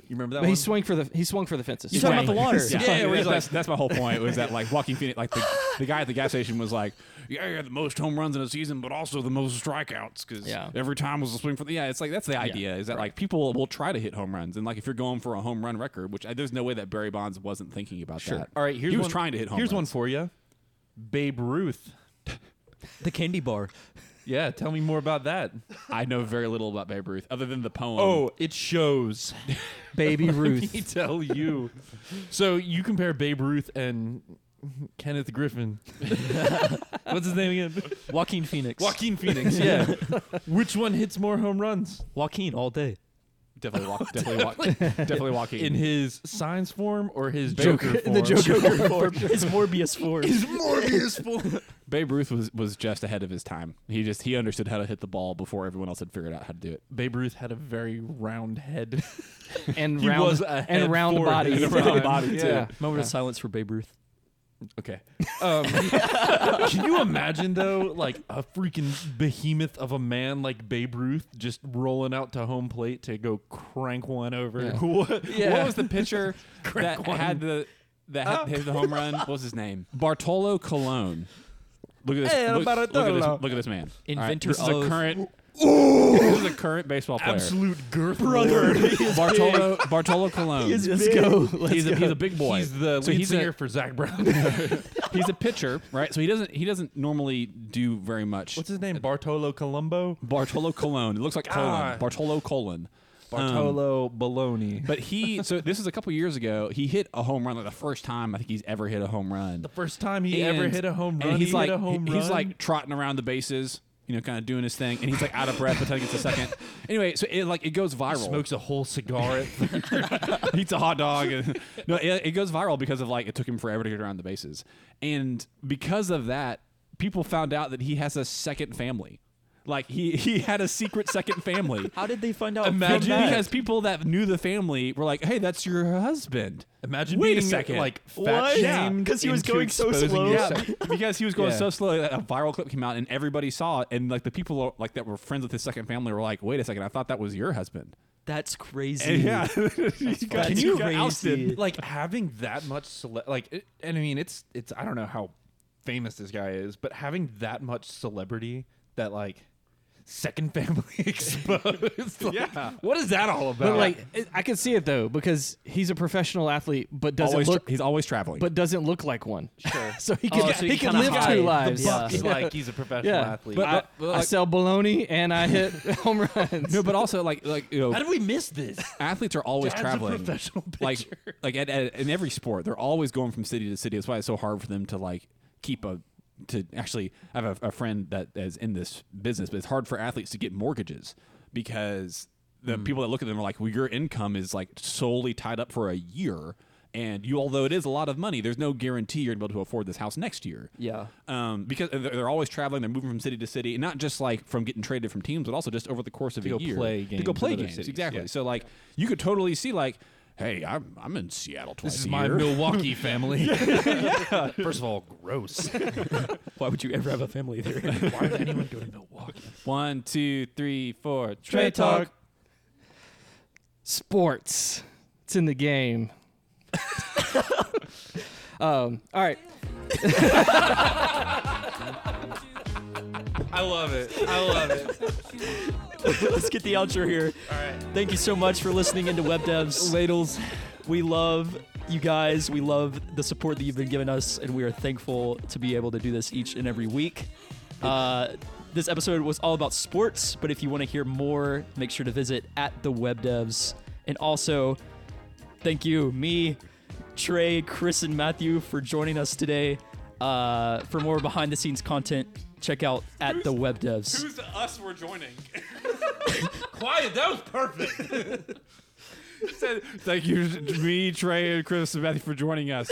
[SPEAKER 3] You remember that
[SPEAKER 5] But
[SPEAKER 3] one?
[SPEAKER 5] he swung for the he swung for the fences.
[SPEAKER 6] You talking about the water?
[SPEAKER 1] Yeah,
[SPEAKER 6] Yeah,
[SPEAKER 1] yeah, that's, that's my whole point. Was that like Joaquin Phoenix, like the, the guy at the gas station was like, yeah, yeah, the most home runs in a season, but also the most strikeouts because
[SPEAKER 5] Yeah.
[SPEAKER 1] every time was a swing for the. Yeah, it's like that's the idea. is that like people will try to hit home runs and like if you're going for a home run record, which I, there's no way that Barry Bonds wasn't thinking about that.
[SPEAKER 3] All right, here's
[SPEAKER 1] he was
[SPEAKER 3] one,
[SPEAKER 1] trying to hit home.
[SPEAKER 3] Here's one
[SPEAKER 1] runs.
[SPEAKER 3] for you, Babe Ruth.
[SPEAKER 6] the candy bar.
[SPEAKER 3] Yeah, tell me more about that.
[SPEAKER 1] I know very little about Babe Ruth other than the poem.
[SPEAKER 3] Oh, it shows.
[SPEAKER 5] Baby
[SPEAKER 3] Let me
[SPEAKER 5] Ruth.
[SPEAKER 3] tell you. so you compare Babe Ruth and Kenneth Griffin. What's his name again?
[SPEAKER 6] Joaquin Phoenix.
[SPEAKER 3] Joaquin Phoenix. Yeah. Which one hits more home runs
[SPEAKER 6] Joaquin all day.
[SPEAKER 1] Definitely walk. Definitely walk. Definitely walking.
[SPEAKER 3] in his science form or his Joker, form?
[SPEAKER 6] Joker form. It's Morbius form.
[SPEAKER 3] Morbius form.
[SPEAKER 1] Babe Ruth was was just ahead of his time. He just he understood how to hit the ball before everyone else had figured out how to do it.
[SPEAKER 3] Babe Ruth had a very round head.
[SPEAKER 5] and
[SPEAKER 3] He
[SPEAKER 5] round
[SPEAKER 3] was a head
[SPEAKER 5] and round
[SPEAKER 3] forward
[SPEAKER 5] body,
[SPEAKER 3] and a
[SPEAKER 5] at
[SPEAKER 3] round
[SPEAKER 5] times.
[SPEAKER 1] body, too.
[SPEAKER 5] Yeah.
[SPEAKER 6] Moment of silence for Babe Ruth.
[SPEAKER 3] Okay. Um, can you imagine though, like a freaking behemoth of a man like Babe Ruth just rolling out to home plate to go crank one over?
[SPEAKER 1] Yeah.
[SPEAKER 3] What,
[SPEAKER 1] What was the pitcher that
[SPEAKER 3] one.
[SPEAKER 1] had the that
[SPEAKER 3] Oh.
[SPEAKER 1] had, hit the home run? What was his name? Bartolo Colon. Look at this.
[SPEAKER 3] Hey,
[SPEAKER 1] look, look at this
[SPEAKER 3] Bartolo.
[SPEAKER 1] look at this man. All
[SPEAKER 6] Inventor
[SPEAKER 1] this is
[SPEAKER 6] of-
[SPEAKER 1] a current. This is a current baseball player.
[SPEAKER 3] absolute girth brother?
[SPEAKER 1] Bartolo Bartolo Colon. He's,
[SPEAKER 6] Let's go.
[SPEAKER 1] a, he's a big boy.
[SPEAKER 3] He's the
[SPEAKER 1] so
[SPEAKER 3] lead
[SPEAKER 1] he's
[SPEAKER 3] singer
[SPEAKER 1] a,
[SPEAKER 3] for Zach Brown.
[SPEAKER 1] he's a pitcher, right? So he doesn't he doesn't normally do very much.
[SPEAKER 3] What's his name? Bartolo Colombo.
[SPEAKER 1] Bartolo Colon. It looks like
[SPEAKER 3] Ah.
[SPEAKER 1] colon. Bartolo Colon. Um,
[SPEAKER 3] Bartolo Baloney.
[SPEAKER 1] But he, so this is a couple years ago. He hit a home run like the first time I think he's ever hit a home run.
[SPEAKER 3] The first time he ever
[SPEAKER 1] And-
[SPEAKER 3] hit a home run,
[SPEAKER 1] and he's
[SPEAKER 3] he
[SPEAKER 1] like,
[SPEAKER 3] hit a home
[SPEAKER 1] he-
[SPEAKER 3] run.
[SPEAKER 1] he's like trotting around the bases, you know, kind of doing his thing, and he's like out of breath by the time he gets to second. Anyway, so it like it goes viral.
[SPEAKER 3] smokes a whole cigar. At
[SPEAKER 1] eats a hot dog. and- no, it, it goes viral because of like it took him forever to get around the bases, and because of that, people found out that he has a second family. Like he he had a secret second family.
[SPEAKER 6] How did they find out?
[SPEAKER 3] Imagine
[SPEAKER 6] from that?
[SPEAKER 1] because people that knew the family were like, "Hey, that's your husband."
[SPEAKER 3] Imagine
[SPEAKER 1] Wait a
[SPEAKER 3] being
[SPEAKER 1] second.
[SPEAKER 3] like fat
[SPEAKER 6] What? Yeah,
[SPEAKER 3] shamed
[SPEAKER 6] 'cause he was
[SPEAKER 3] into
[SPEAKER 6] going so
[SPEAKER 3] exposing
[SPEAKER 6] slow.
[SPEAKER 1] Yeah,
[SPEAKER 3] yourself.
[SPEAKER 1] be- because he was going
[SPEAKER 3] Yeah.
[SPEAKER 1] so slow that a viral clip came out and everybody saw it, and like the people like that were friends with his second family were like, "Wait a second, I thought that was your husband."
[SPEAKER 6] That's crazy.
[SPEAKER 1] And yeah, he got-
[SPEAKER 6] That's
[SPEAKER 1] he got ousted.
[SPEAKER 6] crazy.
[SPEAKER 3] like having that much cele- like it, and i mean it's it's i don't know how famous this guy is but having that much celebrity that like second family exposed like,
[SPEAKER 1] Yeah.
[SPEAKER 3] what is that all about
[SPEAKER 5] But like, it- I can see it though because he's a professional athlete, but doesn't
[SPEAKER 1] Always
[SPEAKER 5] look,
[SPEAKER 1] tra- he's always traveling.
[SPEAKER 5] but doesn't look like one. Sure. so he can,
[SPEAKER 6] Oh, so
[SPEAKER 5] he,
[SPEAKER 6] you
[SPEAKER 5] can
[SPEAKER 6] kinda
[SPEAKER 5] live
[SPEAKER 6] hide
[SPEAKER 5] two
[SPEAKER 6] the
[SPEAKER 5] lives.
[SPEAKER 6] buck.
[SPEAKER 3] He's like he's a professional
[SPEAKER 5] Yeah.
[SPEAKER 3] athlete
[SPEAKER 1] But-
[SPEAKER 5] I,
[SPEAKER 1] but,
[SPEAKER 5] I
[SPEAKER 1] like-
[SPEAKER 5] sell baloney and I hit home runs.
[SPEAKER 1] no, but also like like you know,
[SPEAKER 3] how did we miss this
[SPEAKER 1] athletes are always
[SPEAKER 3] Dad's a
[SPEAKER 1] traveling.
[SPEAKER 3] professional
[SPEAKER 1] like
[SPEAKER 3] pitcher.
[SPEAKER 1] like at, at, in every sport, they're always going from city to city. That's why it's so hard for them to like keep a to actually. I have a, a friend that is in this business, but it's hard for athletes to get mortgages because the
[SPEAKER 3] Mm.
[SPEAKER 1] people that look at them are like, "Well, your income is like solely tied up for a year." And you, although it is a lot of money, there's no guarantee you're going to be able to afford this house next year.
[SPEAKER 6] Yeah.
[SPEAKER 1] Um, because they're, they're always traveling, they're moving from city to city, and not just like from getting traded from teams, but also just over the course of
[SPEAKER 3] go
[SPEAKER 1] a year
[SPEAKER 3] play
[SPEAKER 1] to go
[SPEAKER 3] games
[SPEAKER 1] play
[SPEAKER 3] in other
[SPEAKER 1] games.
[SPEAKER 3] cities,
[SPEAKER 1] Exactly.
[SPEAKER 3] yeah.
[SPEAKER 1] So like you could totally see like, hey, I'm I'm in Seattle twice
[SPEAKER 3] this is
[SPEAKER 1] a
[SPEAKER 3] my
[SPEAKER 1] year.
[SPEAKER 3] milwaukee family first of all gross
[SPEAKER 6] Why would you ever have a family there?
[SPEAKER 3] why would anyone go to milwaukee
[SPEAKER 1] One, two, three, four.
[SPEAKER 5] Trey Talk. Sports. It's in the game. um, all right.
[SPEAKER 3] i love it i love it
[SPEAKER 6] Let's get the outro here.
[SPEAKER 3] all right
[SPEAKER 6] Thank you so much for listening into Web Devs. Ladles. We love you guys. We love the support that you've been giving us, and we are thankful to be able to do this each and every week. Uh, this episode was all about sports, but if you want to hear more, make sure to visit at the Web Devs. And also, thank you, me, Trey, Chris, and Matthew for joining us today. Uh, for more behind the scenes content, check out at the Web Devs.
[SPEAKER 1] us we're joining?
[SPEAKER 3] quiet that was perfect
[SPEAKER 1] Thank you, me, Trey, and Chris, and Matthew for joining us.